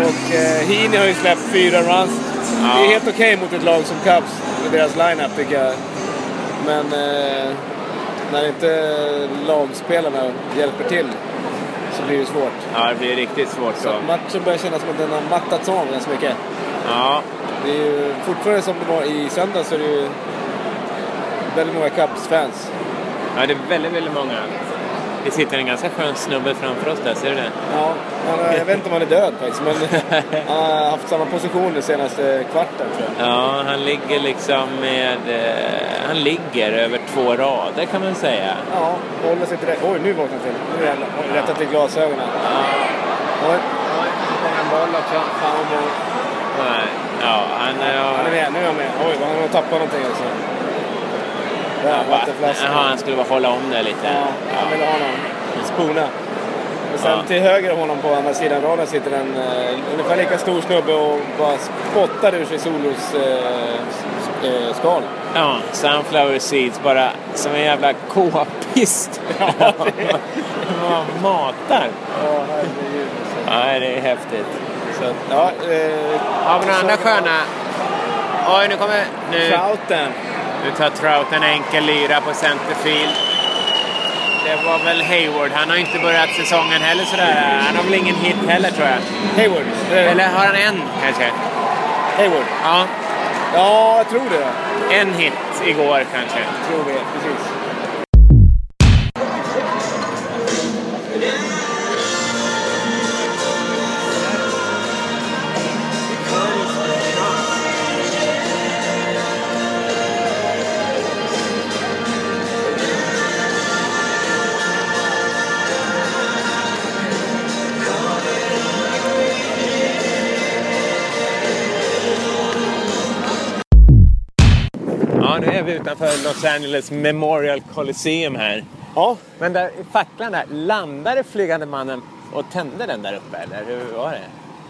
S2: Och eh, Heaney har ju släppt fyra runs. Det är helt okej mot ett lag som Cubs med deras line-up tycker jag. Men eh, när inte lagspelarna hjälper till så blir det svårt.
S13: Ja, det blir riktigt svårt
S2: Så
S13: då.
S2: att matchen börjar kännas som att den har mattats av ganska mycket.
S13: Ja,
S2: Det är ju fortfarande som det var i söndags så är det ju väldigt många Cubs-fans.
S13: ja det är väldigt, väldigt många. Det sitter en ganska skön snubbe framför oss där, ser du det?
S2: Ja, han, har- jag vet inte om han är död faktiskt, men han har haft samma position den senaste kvarten tror jag.
S13: Ja, han ligger liksom med... Eh, han ligger över två rader kan man säga.
S2: Ja, håller sig till det. Oj, nu vaknade han till. Nu jävlar. Har han rättat till glasögonen. Oj. En boll också. Fan vad bra.
S13: Nej. Ja, han,
S2: Han är
S13: ja,
S2: med, nu är han med. Oj, vad han har tappat någonting alltså. Där,
S13: Jaha,
S2: vattenflaskan.
S13: han skulle bara hålla om det lite.
S2: Ja, han ville ha någon. Spona. Och sen till höger om honom på andra sidan raden sitter en eh, ungefär lika stor snubbe och bara spottar ur sig Solos eh, s- eh, skal.
S13: Ja, sunflower seeds bara som en jävla k-pist. Ja, Man matar.
S2: Ja, herregud.
S13: Nej, det är häftigt.
S2: Så att, ja, eh,
S13: Har vi några andra sköna? Oj, nu kommer... Nu,
S2: Trouten.
S13: nu tar Trout en enkel lyra på centerfield. Det var väl Hayward. Han har inte börjat säsongen heller sådär. Han har väl ingen hit heller tror jag.
S2: Hayward. Eh,
S13: Eller har han en kanske?
S2: Hayward.
S13: Ja,
S2: Ja, jag tror det.
S13: en hit igår kanske.
S2: Jag tror det, precis.
S13: Ja, nu är vi utanför Los Angeles Memorial Coliseum här.
S2: Ja,
S13: Men där, i facklan där, landade flygande mannen och tände den där uppe eller hur var det?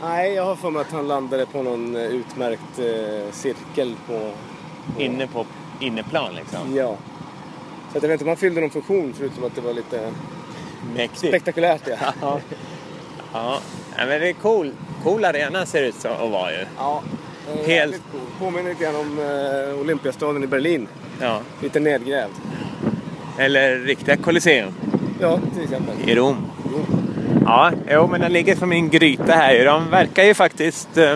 S2: nej, jag har för mig att han landade på någon eh, utmärkt eh, cirkel på...
S13: Inne på inneplan liksom.
S2: Ja. Så att jag vet inte om han fyllde någon funktion förutom att det var lite
S13: Mäktigt.
S2: spektakulärt. Ja, ja.
S13: Ja, Ja, men det är cool. Cool arena ser det ut som att vara ju.
S2: ja. det är
S13: Helt-
S2: jävligt coolt. Påminner lite grann om eh, Olympiastaden i Berlin.
S13: Ja.
S2: Lite nedgrävd.
S13: Eller riktiga Colosseum
S2: Ja, till exempel.
S13: i Rom. Ja, jo men den ligger som i en gryta här ju. De verkar ju faktiskt eh,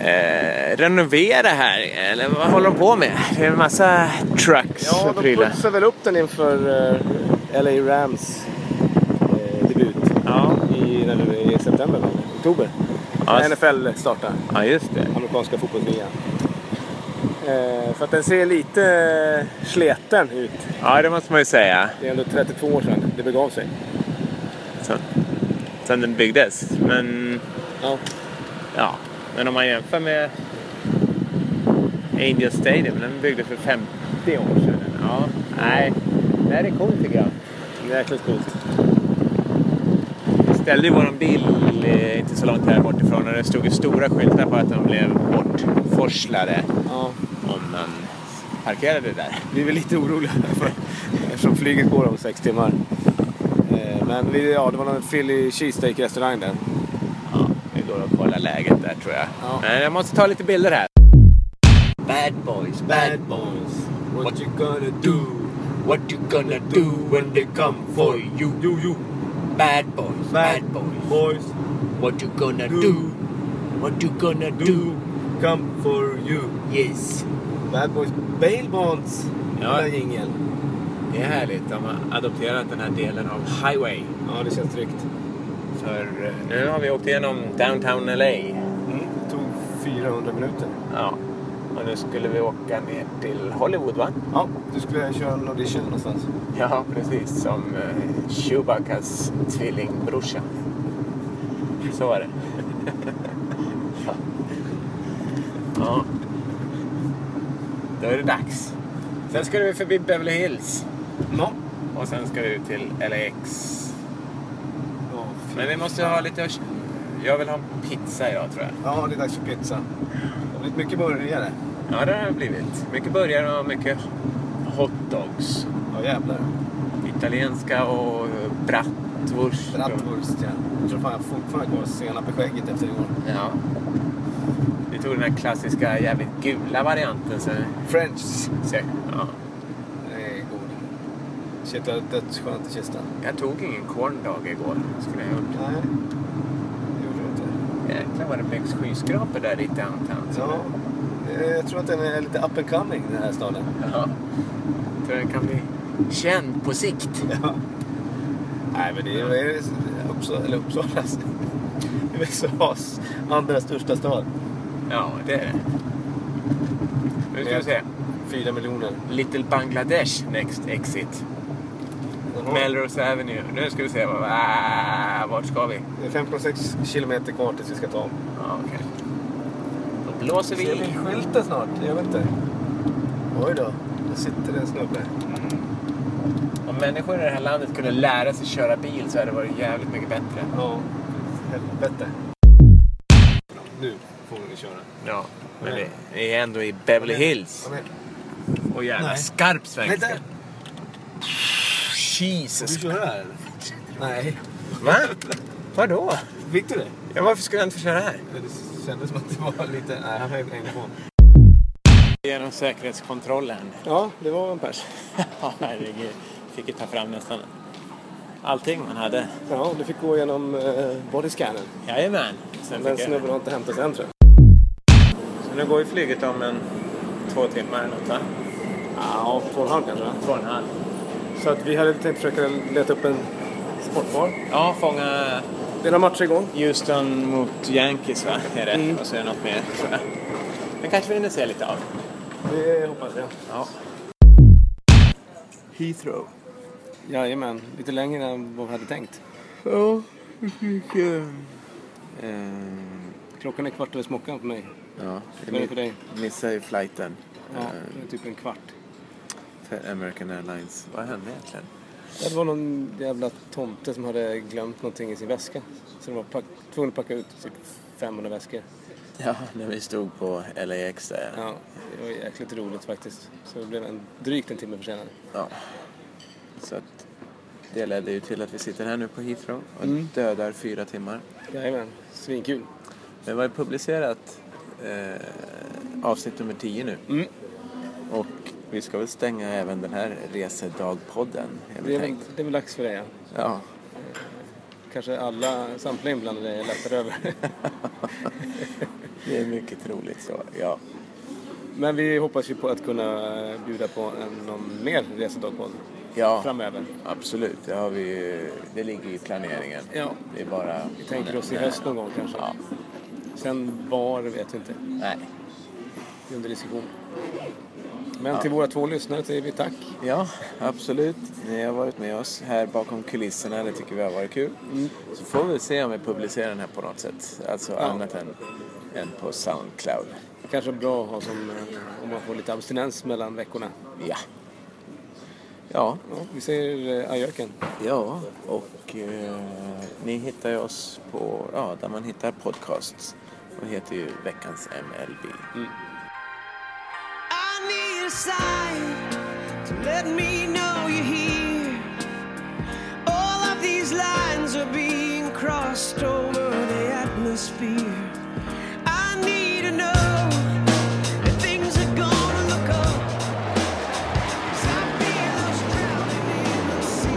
S13: eh, renovera här. Eller vad håller de på med? Det är en massa trucks
S2: Ja,
S13: och
S2: de
S13: prylar.
S2: putsar väl upp den inför eh, LA Rams eh, debut
S13: Ja.
S2: i, när det är i september, va? oktober.
S13: Ja,
S2: när NFL startar,
S13: ja, just det.
S2: amerikanska fotbollsligan. Eh, för att den ser lite eh, sleten ut.
S13: Ja, det måste man ju säga.
S2: Det är ändå 32 år sedan det begav sig.
S13: Sen, sen den byggdes. Men
S2: Ja.
S13: ja, men om man jämför med Angel Stadium, den byggdes för 50 år sedan. Ja, nej. Det här är coolt tycker jag.
S15: Jäkligt coolt.
S13: ställde ju våran bil eh, inte så långt här bortifrån och det stod ju stora skyltar på att de blev bortforslade om man parkerade där.
S15: Vi är väl lite oroliga för, eftersom flyget går om sex timmar. Eh, Men vi, ja, det var någon Philly cheesesteak restaurang där.
S13: Det går att kolla läget där tror jag. Men jag måste ta lite bilder här. Bad boys, bad boys. What you gonna do? What you gonna do when they come for you? you, you. Bad boys, bad boys. boys. What you gonna do? What you gonna do?
S2: Come for you.
S13: Yes.
S2: Bad Boys Bail Bonds.
S13: Ja.
S2: Den jingeln.
S13: Det är härligt. De har adopterat den här delen av Highway.
S2: Ja, det känns tryggt.
S13: För eh, nu har vi åkt igenom downtown LA.
S2: Det tog 400 minuter.
S13: Ja. Och nu skulle vi åka ner till Hollywood va?
S2: Ja, du skulle köra en audition någonstans.
S13: Ja, precis. Som eh, Chewbaccas tvillingbrorsa. Så var det. ja. Då är det dags. Sen ska du förbi Beverly Hills.
S2: Ja.
S13: Och sen ska du till LAX. Men vi måste ha lite... Jag vill ha en pizza idag tror jag.
S2: Ja, det är dags för pizza. Det har blivit mycket burgare.
S13: Ja, det har det blivit. Mycket burgare och mycket hotdogs.
S2: Ja, jävlar.
S13: Italienska och bratwurst.
S2: Bratwurst, ja. Jag tror fan jag fortfarande går senap i skägget efter igår.
S13: Ja. Vi tog den här klassiska jävligt gula varianten. Så,
S2: French.
S13: så, ja.
S2: Det är god. Shit, det var dödsskönt i kistan.
S13: Jag tog ingen corn dog igår. Skulle jag ha gjort.
S2: Nej, det gjorde du inte.
S13: Jäklar vad det byggs skyskrapor där i downtown. Så.
S2: Ja, eh, jag tror att den är lite up and coming, den här staden.
S13: Ja. Tror den kan bli känd på sikt.
S2: Ja. Nej, men det är, det är Uppsala, eller Uppsala. alltså. USAs andra största stad.
S13: Ja, det är det. Nu ska vi se.
S2: Fyra miljoner.
S13: Little Bangladesh next exit. Melrose Avenue. Nu ska vi se. vad- Ah, Vart ska vi?
S2: Det är 5,6 kilometer kvar tills vi ska ta om.
S13: Ja, okej. Då blåser vi
S2: Ser
S13: i.
S2: vi skylten snart? Jag vet inte. Oj då, där sitter det en snubbe.
S13: Om människor i det här landet kunde lära sig köra bil så hade det varit jävligt mycket bättre.
S2: Ja, helvete. Nu får vi köra.
S13: Ja, men vi vi är ändå i Beverly Hills.
S2: Kom igen.
S13: Och jävla
S2: Nej.
S13: skarp
S2: Nej,
S13: svenska.
S2: där!
S13: Jesus.
S2: Du köra här eller? Nej.
S13: Va? Vadå?
S2: Fick du det?
S13: Ja, varför skulle jag inte få köra här?
S2: Det kändes som att det var lite... Nej, han hängde på.
S13: Genom säkerhetskontrollen.
S2: Ja, det var en pers.
S13: Ja, herregud. Fick ju ta fram nästan allting man hade.
S2: Ja, du fick gå igenom eh, bodyscannen.
S13: Jajamän. Sen
S2: Den
S13: fick jag...
S2: snubben har inte hämtat sig än tror jag.
S13: Så nu går ju flyget om en två timmar eller något, va?
S2: Ja, två och en halv kanske. va?
S13: Två och en halv.
S2: Så att vi hade tänkt försöka leta upp en sportbar.
S13: Ja, fånga
S2: Det är några matcher igång.
S13: Houston mot Yankees, va? Är det. Och så är det något mer, tror jag. Den kanske vi hinner se lite av.
S2: Det hoppas jag.
S13: Ja. Heathrow.
S2: Jajamän, lite längre än vad vi hade tänkt.
S13: Ja, vi fick...
S2: Eh, Klockan är kvart över smockan för mig.
S1: Ja,
S2: Vad är det för dig?
S1: missade ju flighten. Eh,
S2: Ja, det är typ en kvart.
S1: För American Airlines. Vad hände egentligen?
S2: Det var någon jävla tomte som hade glömt någonting i sin väska. Så de var pack- tvungna att packa ut typ 500 väskor.
S1: Ja, när vi stod på LAX där.
S2: Ja, det var jäkligt roligt faktiskt. Så det blev en, drygt en timme försenad.
S1: Ja. Så att det ledde ju till att vi sitter här nu på Heathrow och dödar fyra timmar.
S2: Jajamän, svinkul.
S1: Det var ju publicerat eh, avsnitt nummer 10 nu. Och vi ska väl stänga även den här resedagpodden. är
S2: Det
S1: väl
S2: är, väl,
S1: tänkt.
S2: det är väl dags för det ja.
S1: Ja.
S2: Kanske alla, samtliga inblandade är lättare över.
S1: Det är mycket troligt så. Ja.
S2: Men vi hoppas ju på att kunna eh, bjuda på en, någon mer resedagpodd
S1: ja,
S2: framöver.
S1: absolut. Det, har vi ju, det ligger i planeringen.
S2: Ja.
S1: Det är bara...
S2: Vi tänker oss i höst någon gång kanske.
S1: Ja.
S2: Sen var vet vi inte.
S1: Nej.
S2: Det är under diskussion. Men till våra två lyssnare säger vi tack.
S1: Ja, absolut. Ni har varit med oss här bakom kulisserna. Det tycker vi har varit kul.
S2: Mm.
S1: Så får vi se om vi publicerar den här på något sätt. Alltså annat än, än på Soundcloud.
S2: Kanske bra att ha som eh, om man får lite abstinens mellan veckorna.
S1: Ja.
S16: Ja, vi säger eh, ajöken.
S1: Ja, och eh, ni hittar ju oss på, ja, där man hittar podcasts. Och heter ju Veckans MLB.
S11: I need a sign to let me know you're here. All of these lines are being crossed over the atmosphere. I need to know that things are gonna look up. 'Cause I feel us drowning in the sea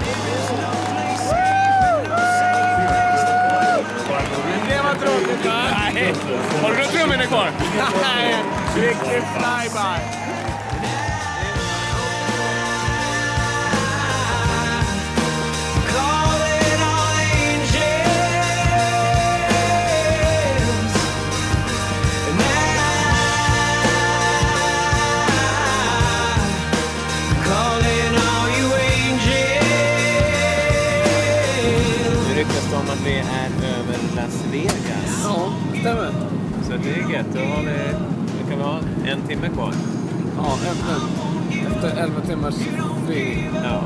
S11: There is no place safe and no safe place to
S13: Det var tråkigt va? Nej. Har du några trummor kvar? Nej. Riktigt flyby.
S1: Nu ryktas det om att vi är över Las Vegas.
S13: Ja, stämmer.
S2: Så det är gött. Då har vi, då kan vi ha en timme kvar.
S13: Ja, öppen. Efter 11 timmars flyg.
S2: Ja.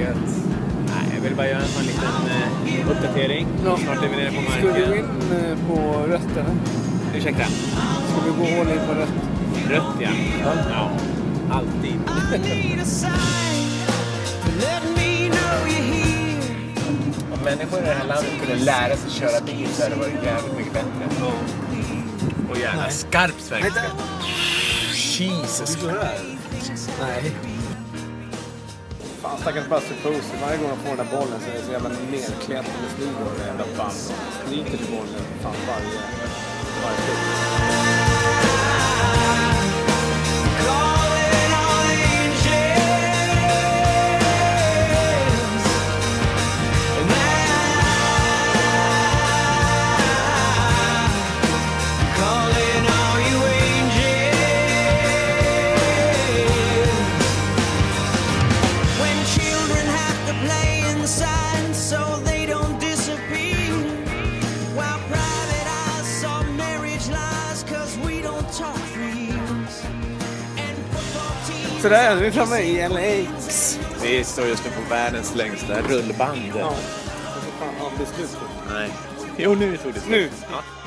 S2: Gött. Nej, jag vill bara göra en sån liten eh, uppdatering. Snart är vi nere på
S13: Ska vi gå in
S2: marken.
S13: eh, på rött eller?
S2: Ursäkta.
S13: Ska vi gå all in på rött?
S2: Rött ja. ja. Alltid.
S11: I need a sign to let me know you're here.
S2: Om människor i det här landet kunde lära sig köra bil så hade det varit jävligt mycket bättre. Och jävla skarp svenska. Jesus
S13: Nej. Fan stackars Buster Posey. Varje gång han får den där bollen så är det så jävla nerkletad med snor och jävla band. Han Skriker till bollen fan varje... varje klubb.
S11: When children have to play inside so they don't disappear. While private eyes saw marriage lies cause we don't talk for years. And football teams.
S13: Sådär, nu är vi framme i LA.
S2: Vi står just nu på världens längsta rullband.
S13: Fan, aldrig slut.
S2: Nej. Jo, nu tog det slut.
S13: Nu.
S2: Ja.